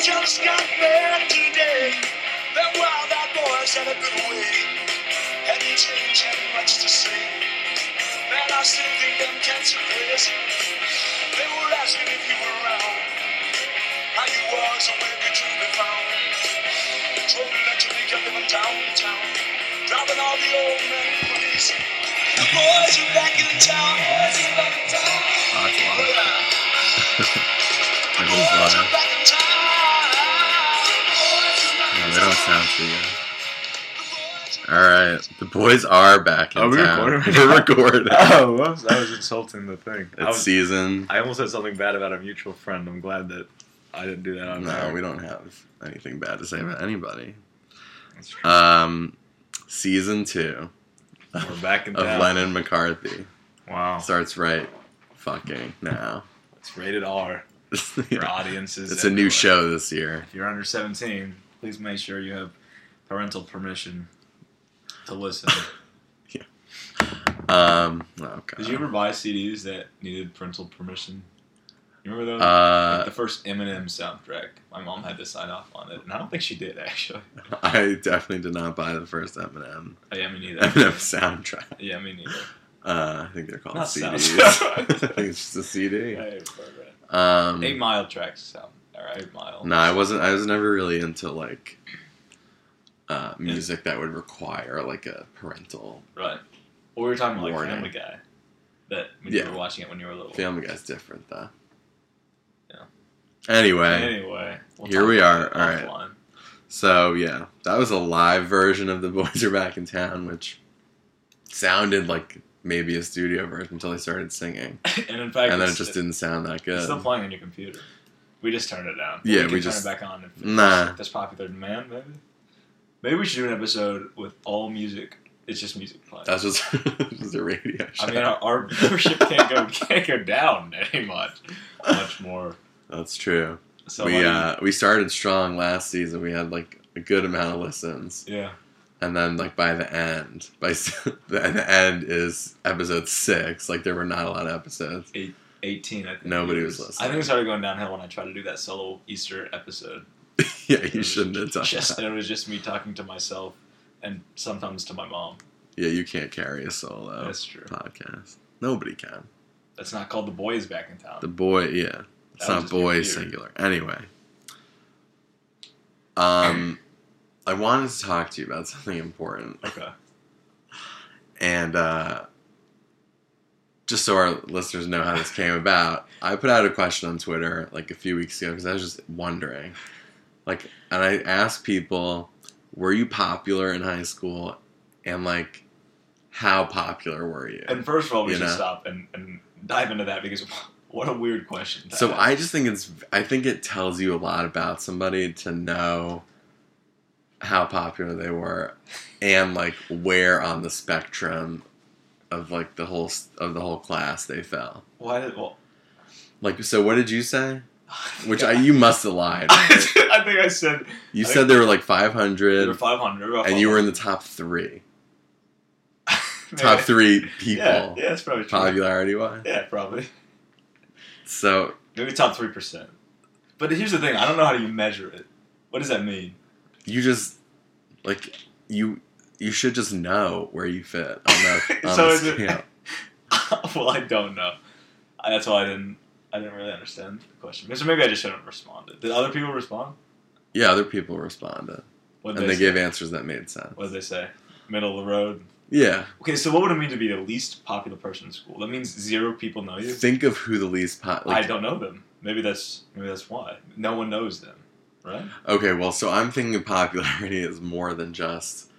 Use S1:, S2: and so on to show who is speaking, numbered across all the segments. S1: just got back today. That wild eyed boys had a good way. Hadn't changed, hadn't much to say. Man, I still think them cats are crazy. They were asking if you were around. How you was and where could you be found? The trouble that you make a living downtown. Driving all the old men crazy. The boys are back in town. Boys are back in town. That's wild. Yeah. It is wild. Yeah, they don't sound too good. All right, the boys are back in
S2: Are we
S1: town.
S2: recording?
S1: We're recording.
S2: Oh, whoops, I was insulting the thing. I,
S1: It's
S2: was,
S1: season.
S2: I almost said something bad about a mutual friend. I'm glad that I didn't do that on
S1: No,
S2: there.
S1: we don't have anything bad to say about anybody.
S2: That's true.
S1: Um, season two
S2: We're back in
S1: of
S2: town.
S1: Lennon McCarthy
S2: Wow.
S1: starts right fucking now.
S2: It's rated R for
S1: Yeah.
S2: audiences.
S1: It's a new
S2: everywhere.
S1: show this year.
S2: If you're under 17, please make sure you have parental permission to listen.
S1: Um, oh god.
S2: Did you ever buy CDs that needed parental permission? You remember those? like
S1: Uh,
S2: the first Eminem soundtrack. My mom had to sign off on it, and I don't think she did actually. Oh,
S1: I definitely did not buy the first Eminem
S2: Yeah, me neither.
S1: Eminem soundtrack.
S2: Yeah, me neither.
S1: Uh, I think they're called
S2: Not
S1: CDs. I
S2: soundtrack.
S1: think it's just a CD.
S2: Hey, Barbara.
S1: Um,
S2: Eight Mile tracks sound or Eight Mile.
S1: no, I wasn't. I was never really into like uh, music that would require like a parental.
S2: Right. Well, we were talking about like
S1: Warning.
S2: Family Guy. That when
S1: Yeah.
S2: you were watching it when you were little.
S1: Family Guy's different though.
S2: Yeah.
S1: Anyway,
S2: Anyway, we'll
S1: Here
S2: talk
S1: we
S2: about
S1: are.
S2: it
S1: Alright.
S2: offline.
S1: so yeah, that was a live version of the Boys Are Back in Town, which sounded like maybe a studio version until they started singing,
S2: and in fact,
S1: and then it
S2: it's-
S1: just didn't sound that
S2: It's
S1: good.
S2: still playing on your computer. We just turned it down.
S1: Yeah,
S2: we, can
S1: we
S2: turn
S1: just-
S2: it back on. If
S1: Nah.
S2: if that's popular demand. Maybe. Maybe we should do an episode with all music. It's just music playing.
S1: That's just, just a radio show.
S2: I mean, our, our viewership can't go can't go down any much, much more.
S1: That's true.
S2: So
S1: we
S2: like,
S1: uh, we started strong last season. We had like a good amount of listens,
S2: yeah,
S1: and then like by the end, by s- the, and the end is episode six. Like there were not a lot of episodes.
S2: eighteen. I think
S1: Nobody was
S2: I
S1: listening.
S2: think it started going downhill when I tried to do that solo Easter episode.
S1: yeah,
S2: It
S1: you
S2: was
S1: shouldn't have done
S2: Just
S1: that.
S2: and it was just me talking to myself and sometimes to my mom.
S1: Yeah, you can't carry a solo
S2: That's true.
S1: podcast. Nobody can.
S2: That's not called the boys back in town.
S1: The boy, yeah, it's
S2: That would
S1: not
S2: just be
S1: boy
S2: weird.
S1: singular. Anyway, um, I wanted to talk to you about something important.
S2: okay.
S1: And uh, just so our listeners know how this came about, I put out a question on Twitter like a few weeks ago because I was just wondering. Like, and I asked people, were you popular in high school? And like, how popular were you?
S2: And first of all, we
S1: You
S2: should
S1: know?
S2: stop and, and dive into that because what a weird question. to
S1: so
S2: ask.
S1: I just think it's, I think it tells you a lot about somebody to know how popular they were and like where on the spectrum of like the whole, of the whole class they fell.
S2: why did well,
S1: Like, so what did you say? Which I, you must have lied. right?
S2: I think I said
S1: You
S2: I think-
S1: said there were like
S2: we were
S1: 500,
S2: 500,
S1: and you were in the top three, top three people
S2: Yeah, yeah, that's probably true.
S1: popularity wise.
S2: Yeah, probably
S1: So
S2: maybe top three percent. But here's the thing: I don't know how you measure it. What does that mean?
S1: you just like you you should just know where you fit on that. On
S2: So
S1: the
S2: is it-
S1: scale.
S2: well, I don't know. I, that's why I didn't. I didn't really understand the question. So maybe I just shouldn't have responded. Did other people respond?
S1: yeah, other people responded,
S2: What
S1: and
S2: they
S1: they
S2: say?
S1: gave answers that made sense.
S2: What did they say? Middle of the road.
S1: Yeah,
S2: Okay, so what would it mean to be the least popular person in school? That means zero people know you.
S1: think of who the least pop. Like,
S2: I don't know them. Maybe that's maybe that's why no one knows them, right?
S1: okay, well, so I'm thinking of popularity is more than just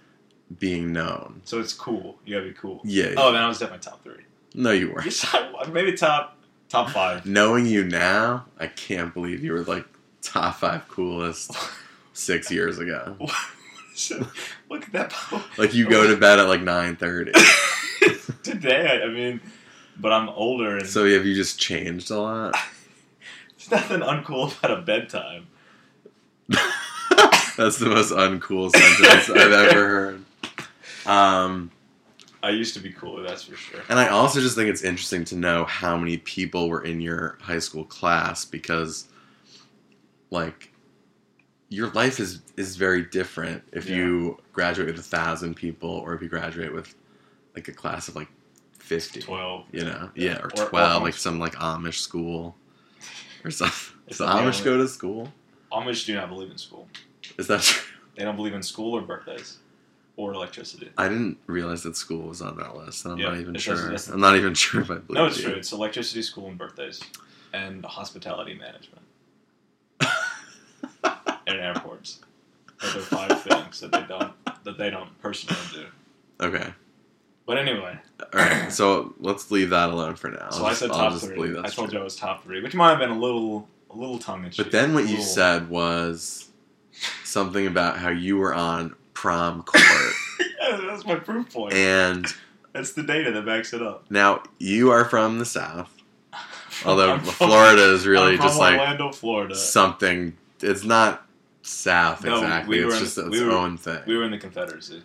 S1: being known.
S2: So it's cool. You gotta be cool.
S1: Yeah. yeah.
S2: Oh man, I was definitely top three.
S1: no, you were.
S2: Yes, I- maybe top top five.
S1: Knowing you now, I can't believe you were like top five coolest six years ago.
S2: So, Look at that.
S1: Like you go to bed at like nine thirty.
S2: today. I, I mean, but I'm older and
S1: So have you just changed a lot?
S2: there's nothing uncool about a bedtime.
S1: That's the most uncool sentence I've ever heard. Um,
S2: I used to be cooler, that's for sure.
S1: and I also just think it's interesting to know how many people were in your high school class because, like, your life is is very different if
S2: Yeah.
S1: you graduate with a thousand people or if you graduate with like a class of like fifty.
S2: Twelve.
S1: You know,
S2: Yeah.
S1: yeah, or,
S2: Or- or
S1: twelve,
S2: Amish.
S1: like some like Amish school or something.
S2: It's
S1: Does
S2: not the
S1: Amish
S2: only-
S1: go to school?
S2: Amish do not believe in school.
S1: Is that?
S2: They don't believe in school or birthdays or electricity.
S1: I didn't realize that school was on that list. and I'm
S2: Yeah,
S1: not even
S2: it says-
S1: sure.
S2: that's-
S1: I'm not even sure if I believe
S2: No, it's
S1: you.
S2: true. It's electricity, school, and birthdays, and hospitality management, and airports. Those are five things that they don't that they don't personally do.
S1: Okay.
S2: But anyway,
S1: All right. So let's leave that alone for now.
S2: so
S1: I'll
S2: I
S1: just-
S2: said
S1: I'll
S2: top
S1: just
S2: three.
S1: believe
S2: I
S1: that's
S2: told
S1: true.
S2: you I was top three, which might have been a little a little tongue in cheek.
S1: But then what you
S2: Little-
S1: said was something about how you were on prom court,
S2: yeah, that's my proof point.
S1: and
S2: that's the data that backs it up.
S1: now you are from the south. Although
S2: I'm from-
S1: Florida is really
S2: I'm
S1: just
S2: from
S1: like
S2: Orlando, Florida.
S1: something. It's not south
S2: No,
S1: exactly.
S2: we were
S1: it's
S2: in-
S1: just its
S2: we were-
S1: own thing,
S2: We were in the Confederacy.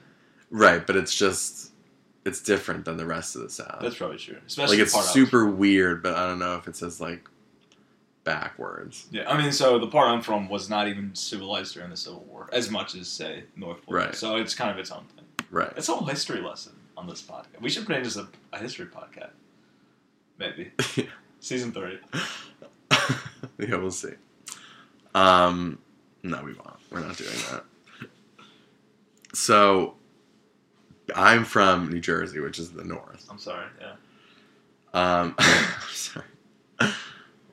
S1: right? But it's just it's different than the rest of the south.
S2: That's probably true. Especially
S1: like
S2: the part
S1: it's
S2: I was
S1: super weird, but I don't know if it's as like backwards.
S2: Yeah, I mean, so the part I'm from was not even civilized during the Civil War as much as, say, North Florida.
S1: Right.
S2: So it's kind of its own thing.
S1: Right.
S2: It's a whole history lesson on this podcast. We should put it as a, a history podcast, maybe. Season three.
S1: yeah, we'll see. Um, no, we won't. We're not doing that. So, I'm from New Jersey, which is the north.
S2: I'm sorry. Yeah.
S1: Um, sorry.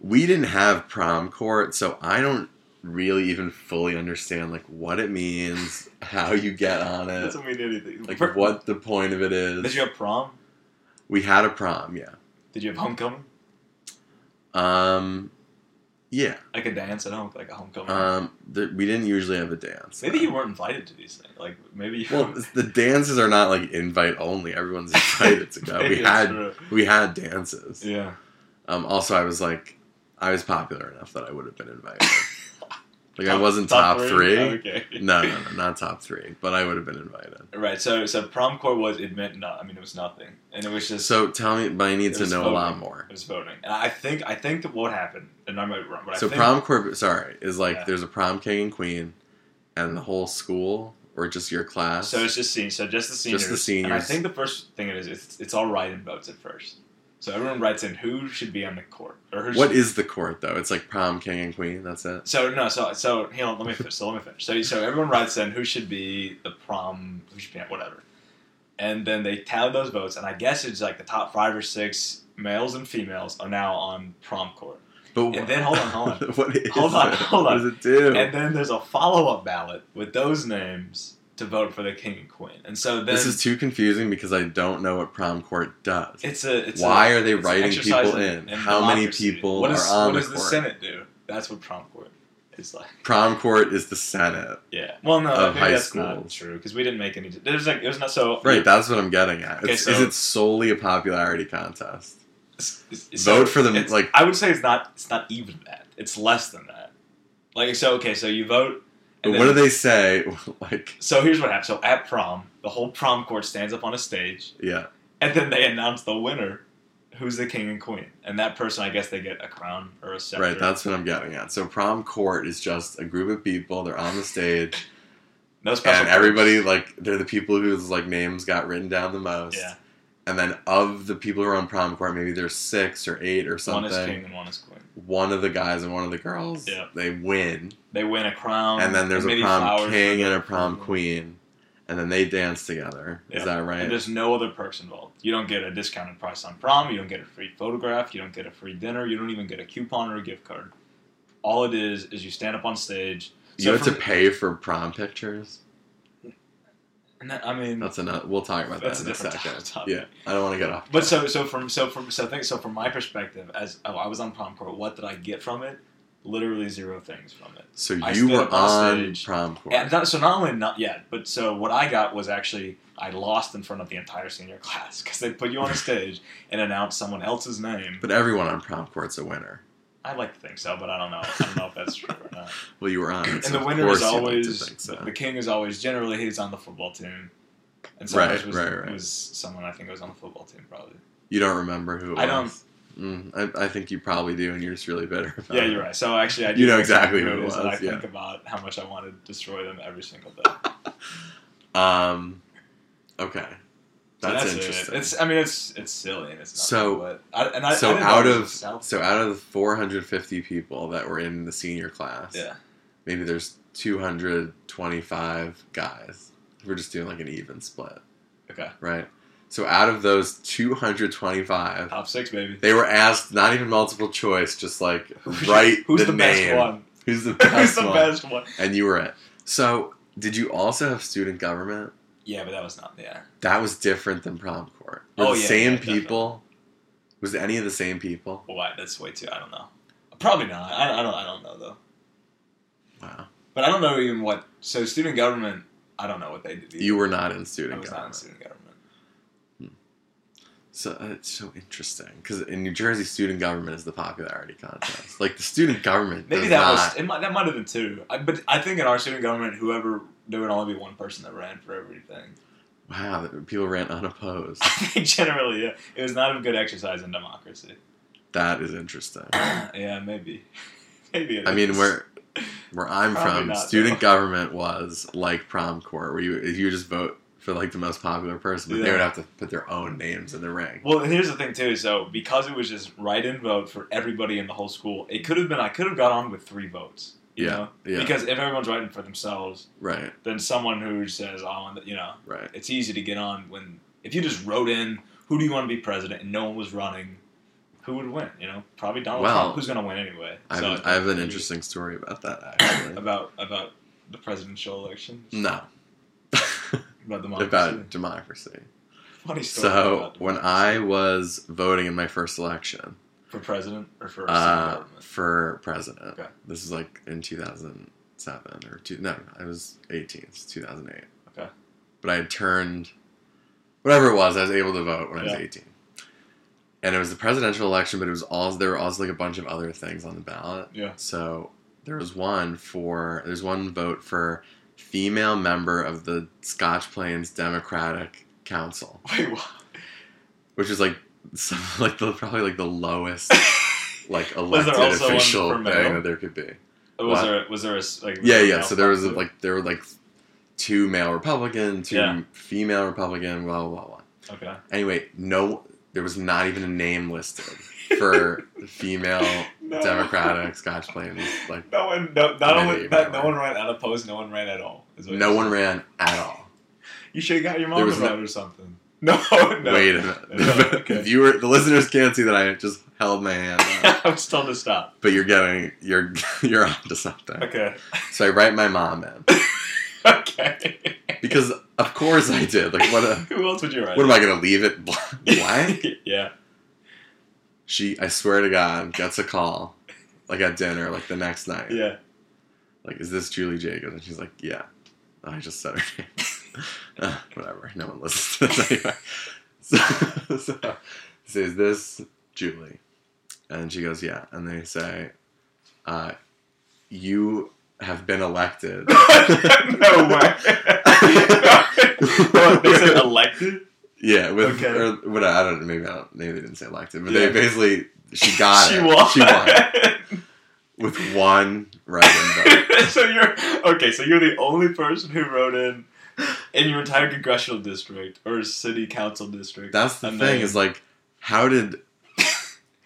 S1: We didn't have prom court, so I don't really even fully understand like what it means, how you get on
S2: That
S1: it,
S2: doesn't mean anything.
S1: Uh, like
S2: Per-
S1: what the point of it
S2: Did
S1: is.
S2: you have prom?
S1: We had a prom, yeah.
S2: Did you have homecoming?
S1: Um, yeah.
S2: Like a dance at home, like a homecoming.
S1: Um, th- we didn't usually have a dance.
S2: maybe
S1: though.
S2: you weren't invited to these things. Like maybe you.
S1: Well, the dances are not like invite only. Everyone's invited to go.
S2: Maybe
S1: We
S2: it's
S1: had
S2: true.
S1: we had dances.
S2: Yeah.
S1: Um, also, I was like, I was popular enough that I would have been invited. Like I
S2: Top-
S1: wasn't top, three.
S2: Okay.
S1: No, no, no, not top three, but I would have been invited.
S2: Right. So so prom court was it meant not. I mean it was nothing, and it was just
S1: So tell me, but I need
S2: It
S1: to
S2: was
S1: know a lot
S2: voting.
S1: more.
S2: It was voting, and I think I think that what happened, and I might be wrong, but
S1: So
S2: I think
S1: prom corp, sorry, is like
S2: Yeah.
S1: there's a prom king and queen, and the whole school or just your class.
S2: So it's just senior. So just the seniors.
S1: Just the
S2: And I
S1: seniors.
S2: think the first thing it is, it's, it's all write-in votes at first. So everyone writes in who should be on the court or who.
S1: what
S2: should-
S1: is the court though? It's like prom king and queen. That's it.
S2: So no, so so hang on, let me finish. So let me finish. So so everyone writes in who should be the prom, who should be on whatever, and then they tally those votes, and I guess it's like the top five or six males and females are now on prom court.
S1: But
S2: And
S1: wh-
S2: then- hold on, hold on.
S1: what is
S2: Hold on,
S1: it?
S2: hold on.
S1: What does it do?
S2: And then there's a follow-up ballot with those names to vote for the king and queen. And so then
S1: this is too confusing because I don't know what prom court does.
S2: it's a it's
S1: Why
S2: a-
S1: are they
S2: it's an
S1: writing
S2: exercise
S1: people in? How
S2: democracy.
S1: many people
S2: what is,
S1: are
S2: what
S1: on the
S2: does the
S1: court?
S2: Senate do? That's what prom court is like.
S1: prom court is the Senate,
S2: Yeah. Well, no,
S1: Of
S2: maybe
S1: high
S2: that's not
S1: schools.
S2: true because we didn't make any. There's like it was not so
S1: right? That's what I'm getting at.
S2: Okay,
S1: It's,
S2: so-
S1: is it solely a popularity contest?
S2: it's- it's-
S1: Vote for them,
S2: it's-
S1: like-
S2: I would say it's not. It's not even that. It's less than that. Like so. Okay. So you vote.
S1: But
S2: and
S1: what do
S2: then-
S1: they say? like,
S2: So here's what happens. So at prom, the whole prom court stands up on a stage.
S1: yeah,
S2: And then they announce the winner, who's the king and queen. And that person, I guess, they get a crown or a scepter.
S1: right. That's what I'm getting at. So prom court is just a group of people. They're on the stage,
S2: no special.
S1: and everybody like they're the people whose like names got written down the most.
S2: yeah,
S1: And then of the people who are on prom court, maybe there's six or eight or
S2: one
S1: something.
S2: is king and one is queen.
S1: one of the guys and one of the girls.
S2: Yeah.
S1: They win.
S2: They win a crown,
S1: and then there's a
S2: maybe
S1: prom
S2: Um, flowers
S1: king
S2: for
S1: and
S2: the-
S1: a prom queen. And then they dance together.
S2: Yeah.
S1: Is that
S2: And
S1: right?
S2: there's no other person involved. You don't get a discounted price on prom. You don't get a free photograph. You don't get a free dinner. You don't even get a coupon or a gift card. All it is is you stand up on stage.
S1: you have
S2: for
S1: to pay for prom pictures.
S2: and that- I mean,
S1: That's another. We'll talk about
S2: That's
S1: that
S2: a
S1: in a
S2: different
S1: second.
S2: topic.
S1: Yeah, I don't want to get off.
S2: But so so from so from so think so from my perspective as oh, I was on prom court, what did I get from it? Literally zero things from it.
S1: So
S2: I
S1: you
S2: stood
S1: were
S2: up on
S1: on
S2: stage.
S1: prom court.
S2: And not, so not only not yet, but so what I got was actually I lost in front of the entire senior class because they put you on a stage and announced someone else's name.
S1: but everyone on prom court's a winner.
S2: I like to think so, but I don't know. I don't know if that's true or not.
S1: Well, you were on. it,
S2: And
S1: so
S2: the
S1: of
S2: winner is
S1: course you like to
S2: always
S1: think so.
S2: the king is always generally he's on the football team. And so
S1: Right,
S2: ours was,
S1: right, right.
S2: was someone I think was on the football team probably.
S1: You don't remember who it
S2: I don't-
S1: was. Mm, I, I think you probably do, and you're just really bitter. About
S2: Yeah,
S1: it.
S2: you're right. So actually, I do
S1: Uh, You know exactly who it
S2: is, and
S1: was,
S2: I
S1: yeah.
S2: think about how much I want to destroy them every single day.
S1: Um, okay,
S2: So
S1: that's,
S2: it.
S1: interesting.
S2: It's I mean it's it's silly and it's nothing,
S1: So-
S2: but I, and I, I
S1: so
S2: didn't know
S1: out
S2: it was
S1: of
S2: South-
S1: so out of the 450 people that were in the senior class,
S2: yeah
S1: maybe there's 225 guys. We're just doing like an even split,
S2: okay
S1: right? So out of those 225,
S2: top six baby
S1: they were asked not even multiple choice, just like write
S2: who's
S1: the,
S2: the, best
S1: name.
S2: one
S1: Who's the
S2: who's
S1: best
S2: the
S1: one?
S2: best one
S1: And you were it. So did you also have student government?
S2: yeah but that was not yeah
S1: That was different than prom court. Were
S2: Oh,
S1: the
S2: yeah,
S1: same
S2: yeah, definitely.
S1: people? Was it any of the same people?
S2: well why that's way too I don't know probably not I, I don't I don't know though
S1: Wow.
S2: but I don't know even what so student government I don't know what they did either.
S1: You were not in
S2: I
S1: student
S2: was not in
S1: government.
S2: student government
S1: So uh, it's so interesting because in New Jersey, student government is the popularity contest. Like the student government,
S2: maybe
S1: does
S2: that
S1: not,
S2: was it might, that might have been two I, but I think in our student government whoever there would only be one person that ran for everything
S1: wow. that People ran unopposed.
S2: I think generally yeah it was not a good exercise in democracy.
S1: that is interesting.
S2: yeah, maybe. Maybe it
S1: I mean,
S2: is.
S1: where where I'm
S2: Probably
S1: from,
S2: not,
S1: student
S2: though.
S1: government was like prom court, where you you just vote for like the most popular person, but they
S2: Yeah.
S1: would have to put their own names in the ring.
S2: Well, and here's the thing too. So because it was just write-in vote for everybody in the whole school, it could have been I could have got on with three votes. You
S1: Yeah,
S2: know?
S1: yeah.
S2: Because if everyone's writing for themselves,
S1: Right,
S2: then someone who says, "I want," the-" you know,
S1: right.
S2: it's easy to get on when if you just wrote in, "Who do you want to be president?" and no one was running, who would win? You know, probably Donald
S1: Well,
S2: Trump. Who's going to win anyway?
S1: I have,
S2: So
S1: an, I have an interesting story about that actually.
S2: about about the presidential election.
S1: no,
S2: About the democracy.
S1: about democracy.
S2: funny story.
S1: So
S2: about
S1: when
S2: democracy.
S1: I was voting in my first election
S2: For president or for city
S1: uh,
S2: government?
S1: for president,
S2: Okay.
S1: this was like in 2007 or two, no, I was 18, it's 2008.
S2: Okay.
S1: But I had turned whatever it was, I was able to vote when I
S2: Yeah.
S1: was 18. And it was the presidential election, but it was all there were also like a bunch of other things on the ballot.
S2: Yeah.
S1: So there was one for there's one vote for female member of the Scotch Plains Democratic Council.
S2: Wait, what?
S1: which is like some, like the probably like the lowest like
S2: Was there
S1: elected
S2: also one
S1: official
S2: for
S1: thing
S2: male?
S1: that there could be.
S2: Was
S1: What?
S2: there was there a s- like
S1: Yeah,
S2: a
S1: yeah.
S2: male
S1: So there was
S2: sponsor?
S1: like there were like two male Republican, two
S2: Yeah.
S1: female Republican, blah blah blah.
S2: okay
S1: Anyway, no, there was not even a name listed for female
S2: No.
S1: Democratic Scotch Plains. Like
S2: No one, no, not
S1: Maybe
S2: only
S1: you
S2: that,
S1: might
S2: no
S1: win.
S2: one ran out of pose. No one ran at all. is what
S1: no
S2: you're
S1: one
S2: saying.
S1: ran at all.
S2: You should have got your
S1: There
S2: mom
S1: was
S2: to
S1: no-
S2: vote or something. No, no.
S1: Wait a minute.
S2: No, okay.
S1: The viewer, the listeners can't see that I just held my hand, up,
S2: I'm still to stop.
S1: but you're getting you're you're onto something.
S2: Okay,
S1: So I write my mom in.
S2: okay.
S1: Because of course I did. Like what? A,
S2: Who else would you write?
S1: what am I gonna leave it bl- blank?
S2: yeah.
S1: She, I swear to God, gets a call, like at dinner, like the next night.
S2: Yeah.
S1: Like, is this Julie Jacobs? And she's like, yeah. I just said her name. Uh, whatever. No one listens to this anyway. So, so, I say, is this Julie? And she goes, yeah. And they say, uh, you have been elected.
S2: no way. they said elected.
S1: Yeah, with
S2: Okay.
S1: or what I don't maybe I don't maybe they didn't say elected, but
S2: Yeah.
S1: they basically she got
S2: she
S1: it.
S2: won.
S1: Ah, She won with one right in vote.
S2: so you're okay. So you're the only person who wrote in in your entire congressional district or city council district.
S1: That's the
S2: And
S1: thing
S2: then-
S1: is like, how did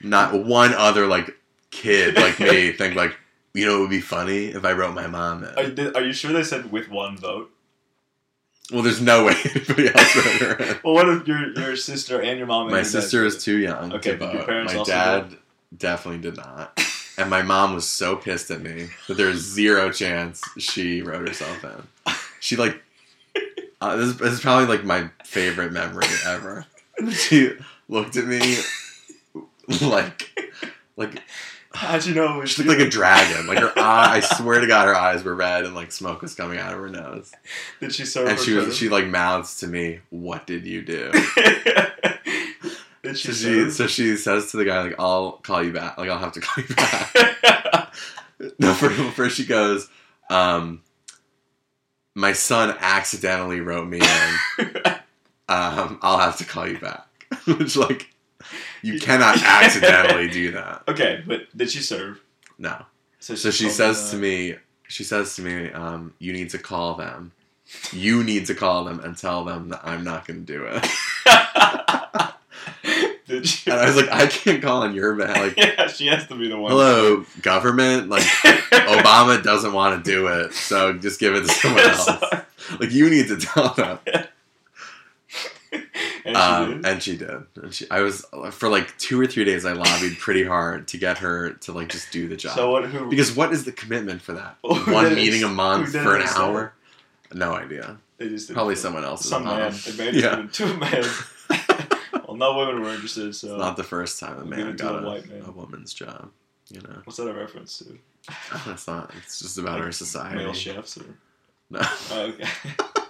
S1: not one other like kid like me think like you know it would be funny if I wrote my mom in?
S2: Are, you- did- are you sure they said with one vote?
S1: well, there's no way anybody else wrote her in.
S2: Well, what if your your sister and your mom? And
S1: My
S2: your dad
S1: sister
S2: did
S1: is too young
S2: Okay,
S1: to
S2: did your
S1: vote.
S2: parents
S1: My
S2: also
S1: dad definitely did not. And my mom was so pissed at me that there's zero chance she wrote herself in. She like uh, this, this is probably like my favorite memory ever. She looked at me like like
S2: it? How'd you know it was
S1: she
S2: you?
S1: looked like a dragon. Like her eye, I swear to God, her eyes were red and like smoke was coming out of her nose.
S2: Did she serve?
S1: And
S2: her
S1: she was
S2: term?
S1: she like mouths to me, "What did you do?"
S2: did she?
S1: So she,
S2: serve?
S1: so she says to the guy, like, I'll call you back. Like, I'll have to call you back. no, for, first she goes, um, my son accidentally wrote me in. Um, I'll have to call you back. Which, like, You cannot accidentally do that.
S2: Okay, but did she serve?
S1: No. So
S2: Oh
S1: she says to me, she says to me, um, you need to call them. You need to call them and tell them that I'm not going to do it.
S2: me. did she?
S1: And I was like, I can't call on your behalf. Like,
S2: yeah, she has to be the one.
S1: hello, government. Like, Obama doesn't want to do it, so just give it to someone else. Like, you need to tell them.
S2: and she
S1: Um,
S2: did.
S1: and she did. And she, I was for like two or three days. I lobbied pretty hard to get her to like just do the job.
S2: So what? Who?
S1: because what is the commitment for that?
S2: Oh, who
S1: One
S2: did it?
S1: meeting a month
S2: Who did
S1: for an
S2: it?
S1: hour? No idea.
S2: they just did
S1: Probably
S2: it.
S1: someone else's.
S2: Some
S1: mom.
S2: man. They made it
S1: Yeah.
S2: to a man. well, no women were interested. So
S1: It's not the first time a
S2: We'll give
S1: man
S2: uh, it to
S1: got
S2: a
S1: a,
S2: white man.
S1: a woman's job. You know,
S2: what's that a reference to?
S1: it's not. It's just about
S2: Like,
S1: our society.
S2: Male chefs or
S1: No.
S2: oh, okay.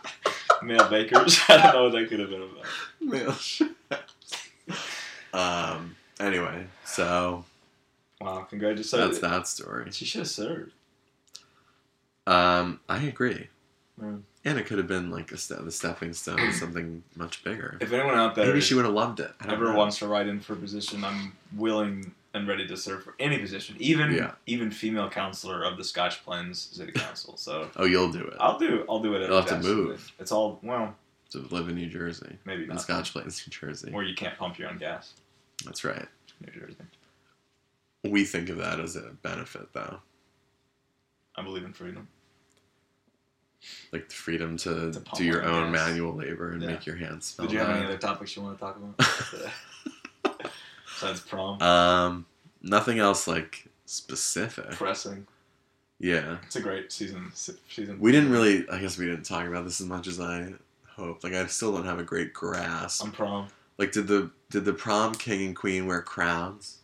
S2: Male bakers. I don't know what that could have been about.
S1: male chefs. Um. Anyway, so
S2: Wow, congratulations. So
S1: that's that story.
S2: She should have served.
S1: Um, I agree.
S2: Yeah.
S1: And it could have been like a ste the stepping stone to something much bigger.
S2: If anyone out there
S1: Maybe she would have loved it. I don't
S2: ever
S1: know.
S2: wants to write in for a position, I'm willing and ready to serve for any position, even
S1: Yeah.
S2: even female counselor of the Scotch Plains City Council. So
S1: Oh, you'll do it.
S2: I'll do I'll do whatever.
S1: You'll have to
S2: absolutely.
S1: move.
S2: It's all well,
S1: to live in New Jersey,
S2: maybe
S1: in
S2: not.
S1: Scotch Plains, New Jersey.
S2: Where you can't pump your own gas,
S1: That's right.
S2: New Jersey.
S1: We think of that as a benefit, though,
S2: I believe in freedom.
S1: like the freedom to,
S2: To pump
S1: do your
S2: our own
S1: own
S2: gas.
S1: manual labor and
S2: Yeah.
S1: make your hands smell.
S2: Did you have any
S1: bad.
S2: other topics you want to talk about? Besides prom,
S1: Um, nothing else like specific.
S2: pressing.
S1: Yeah,
S2: It's a great season. se- Season.
S1: we didn't really. I guess we didn't talk about this as much as I hoped. Like, I still don't have a great grasp
S2: on prom.
S1: Like, did the did the prom king and queen wear crowns,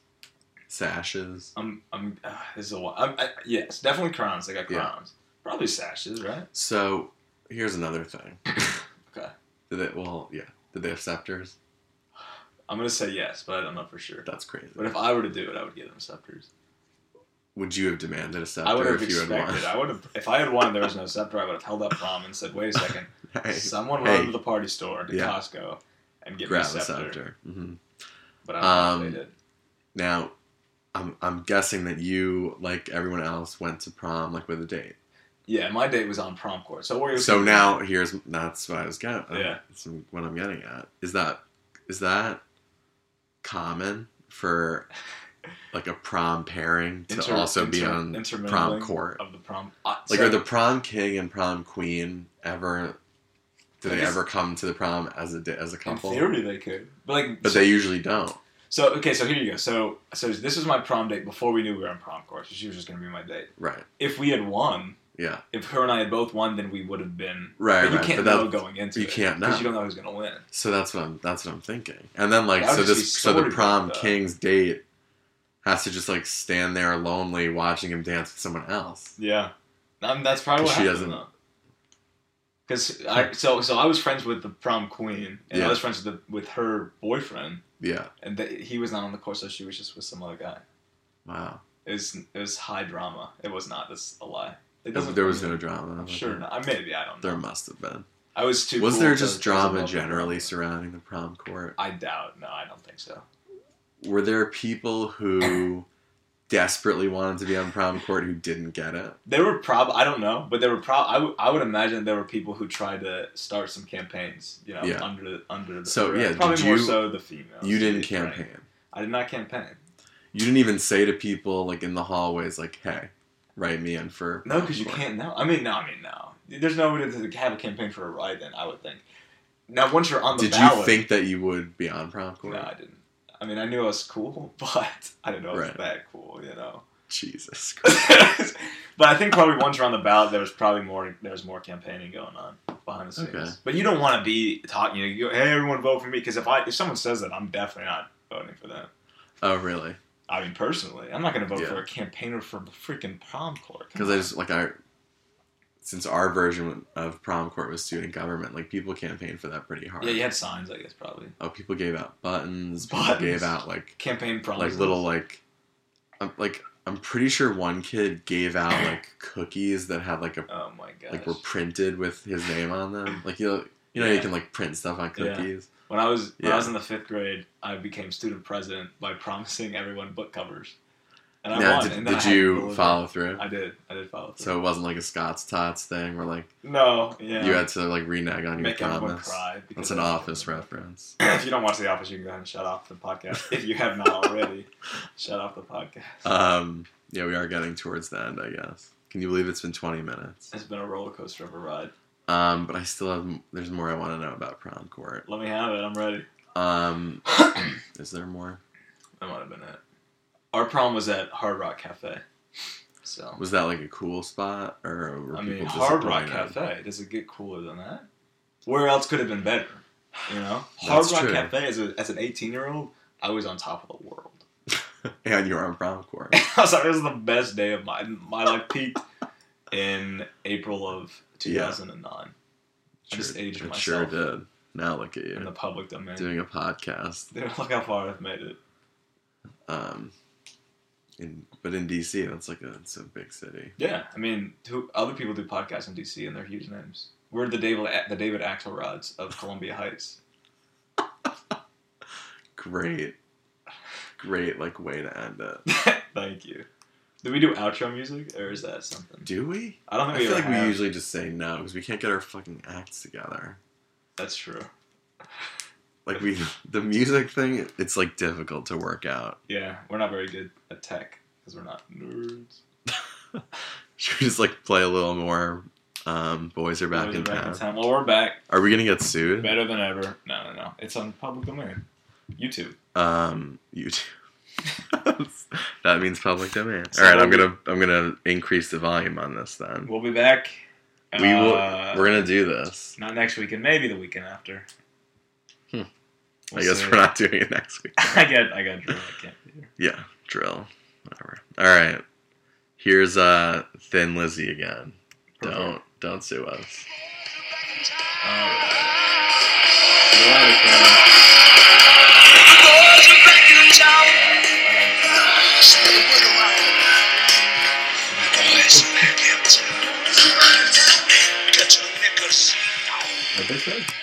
S1: sashes?
S2: I'm. I'm. Uh, this is a while. I'm, I, yes, definitely crowns. They got
S1: Yeah.
S2: crowns. Probably sashes, right?
S1: So here's another thing.
S2: Okay.
S1: Did they? Well, yeah. Did they have scepters?
S2: I'm gonna say yes, but I don't know for sure.
S1: That's crazy.
S2: But if I were to do it, I would give them scepters.
S1: would you have demanded a scepter
S2: I would have
S1: if you had
S2: expected. I
S1: won?
S2: would have. If I had won, and there was no scepter. I would have held up prom and said, "Wait a second,
S1: Hey,
S2: someone
S1: hey.
S2: run to the party store to
S1: Yeah.
S2: Costco and get me
S1: grab
S2: a
S1: a
S2: scepter."
S1: scepter. hmm
S2: But I don't know if
S1: Um,
S2: they did.
S1: Now, I'm I'm guessing that you, like everyone else, went to prom like with a date.
S2: Yeah, my date was on prom court. So where you
S1: So now here's that's what I was getting.
S2: Yeah.
S1: That's what I'm getting at is that is that common for like a prom pairing to
S2: Inter-
S1: also be
S2: inter-
S1: on
S2: intermingling
S1: prom court?
S2: of the prom. Uh,
S1: Like,
S2: so
S1: are the prom king and prom queen ever? Do
S2: I
S1: they
S2: guess-
S1: ever come to the prom as a di- as a
S2: in
S1: couple?
S2: theory they could, but like
S1: But
S2: so,
S1: they usually don't.
S2: so okay. So here you go. So so this was my prom date before we knew we were on prom court. So she was just gonna be my date.
S1: Right.
S2: If we had won,
S1: Yeah.
S2: if her and I had both won, then we would have been
S1: Right.
S2: But you
S1: right.
S2: can't
S1: But that-
S2: know going into
S1: you
S2: it.
S1: can't know.
S2: because you don't know who's gonna win.
S1: So that's what I'm. That's what I'm thinking. And then like,
S2: That would
S1: so
S2: just
S1: this,
S2: be
S1: so the
S2: sorted
S1: prom
S2: out, though.
S1: king's date has to just like stand there lonely, watching him dance with someone else.
S2: Yeah, um, that's probably what
S1: She
S2: happened,
S1: doesn't-
S2: though. Because I so so I was friends with the prom queen, and
S1: Yeah.
S2: I was friends with the, with her boyfriend,
S1: Yeah.
S2: and they, he was not on the course, so she was just with some other guy.
S1: Wow.
S2: It was it was high drama. It was not. That's a lie. It doesn't.
S1: There was no drama.
S2: I'm sure not. I maybe I don't know.
S1: There must have been.
S2: I was too.
S1: Was
S2: cool
S1: there
S2: to-
S1: just
S2: to
S1: drama
S2: love the
S1: generally
S2: drama.
S1: surrounding the prom court?
S2: I doubt. No, I don't think so.
S1: Were there people who desperately wanted to be on prom court who didn't get it?
S2: There were prob. I don't know, but there were prob. I, w- I would imagine there were people who tried to start some campaigns. You know,
S1: Yeah.
S2: under under. The,
S1: So, yeah,
S2: probably
S1: did
S2: more
S1: you-
S2: so the females.
S1: You didn't
S2: Right.
S1: campaign.
S2: I did not campaign.
S1: You didn't even say to people like in the hallways like, "Hey, write me in for."
S2: No,
S1: prom
S2: because you
S1: court."
S2: can't know. I mean, no. I mean, no. There's no way to have a campaign for a ride. Then I would think. Now, once you're on the
S1: Did
S2: ballot,
S1: you think that you would be on prom court?
S2: No, I didn't. I mean, I knew I was cool, but I didn't know I was
S1: Right.
S2: that cool. You know.
S1: Jesus Christ.
S2: but I think probably once you're on the ballot, there was probably more there was more campaigning going on behind the scenes.
S1: Okay.
S2: But you don't want to be talking. You go, hey, everyone, vote for me because if I if someone says that, I'm definitely not voting for them.
S1: oh, really?
S2: I mean, personally, I'm not going to vote
S1: Yeah.
S2: for a campaigner for the freaking prom court.
S1: Because I just like I, since our version of prom court was student government, like people campaigned for that pretty hard.
S2: yeah, you had signs, I guess, probably
S1: Oh, people gave out buttons. People
S2: Buttons.
S1: gave out like
S2: campaign prom.
S1: like little like, I'm like I'm pretty sure one kid gave out like cookies that had like a
S2: Oh my gosh!
S1: like were printed with his name on them. Like you know, you know you
S2: Yeah.
S1: can like print stuff on
S2: Yeah.
S1: cookies.
S2: When I was when
S1: Yeah.
S2: I was in the fifth grade, I became student president by promising everyone book covers, and I
S1: Now,
S2: won.
S1: did,
S2: and then I
S1: did
S2: had to
S1: you
S2: deliver.
S1: follow through?
S2: I did. I did follow through.
S1: So it wasn't like a Scott's Tots thing where like
S2: no, yeah,
S1: you had to like renege on your
S2: make everyone
S1: promise.
S2: cry. because
S1: That's an
S2: I-
S1: office reference.
S2: if you don't watch The Office, you can go ahead and shut off the podcast. If you have not already, shut off the podcast.
S1: Um, yeah, we are getting towards the end, I guess. Can you believe it's been 20 minutes?
S2: it's been a roller coaster of a ride.
S1: Um, but I still have. There's more I want to know about prom court.
S2: Let me have it. I'm ready.
S1: Um, is there more?
S2: That might have been it. Our prom was at Hard Rock Cafe. So
S1: Was that like a cool spot, or were
S2: I
S1: people
S2: mean, Hard Rock
S1: disappointed?
S2: Cafe. Does it get cooler than that? Where else could it have been better? You know, Hard
S1: That's
S2: Rock
S1: true.
S2: Cafe. As, a, as an 18 year old, I was on top of the world.
S1: And you were on prom court.
S2: I was like, this is the best day of my my life. Peaked in April of 2009 I just aged
S1: it
S2: myself.
S1: sure did. Now look at
S2: in the
S1: you
S2: public domain.
S1: doing a podcast.
S2: Dude, look how far I've made it.
S1: Um, in but in DC, that's like a it's a big city.
S2: Yeah, I mean, who, other people do podcasts in DC and they're huge names. We're the David the David Axelrods of Columbia Heights.
S1: Great, great like way to end it.
S2: Thank you. Do we do outro music or is that something?
S1: Do we?
S2: I don't think
S1: I
S2: we
S1: feel
S2: ever
S1: like we
S2: have.
S1: usually just say no because we can't get our fucking acts together.
S2: That's true.
S1: Like we, the music thing, it's like difficult to work out.
S2: Yeah, we're not very good at tech because we're not nerds.
S1: Should we just like play a little more? Um, boys are back,
S2: We're
S1: in,
S2: back
S1: town.
S2: in town. Well, we're back
S1: Are we gonna get sued?
S2: better than ever. No, no, no. It's on public domain. YouTube.
S1: Um, YouTube. that means public domain. All right, I'm gonna I'm gonna increase the volume on this then.
S2: We'll be back.
S1: We will.
S2: Uh,
S1: we're gonna do this.
S2: not next weekend, maybe the weekend after.
S1: Hmm.
S2: We'll
S1: I guess
S2: see.
S1: we're not doing it next week.
S2: I got I got drunk. I can't be here.
S1: Yeah, drill. Whatever. All right. Here's uh Thin Lizzy again. Don't don't sue us.
S2: Like they said.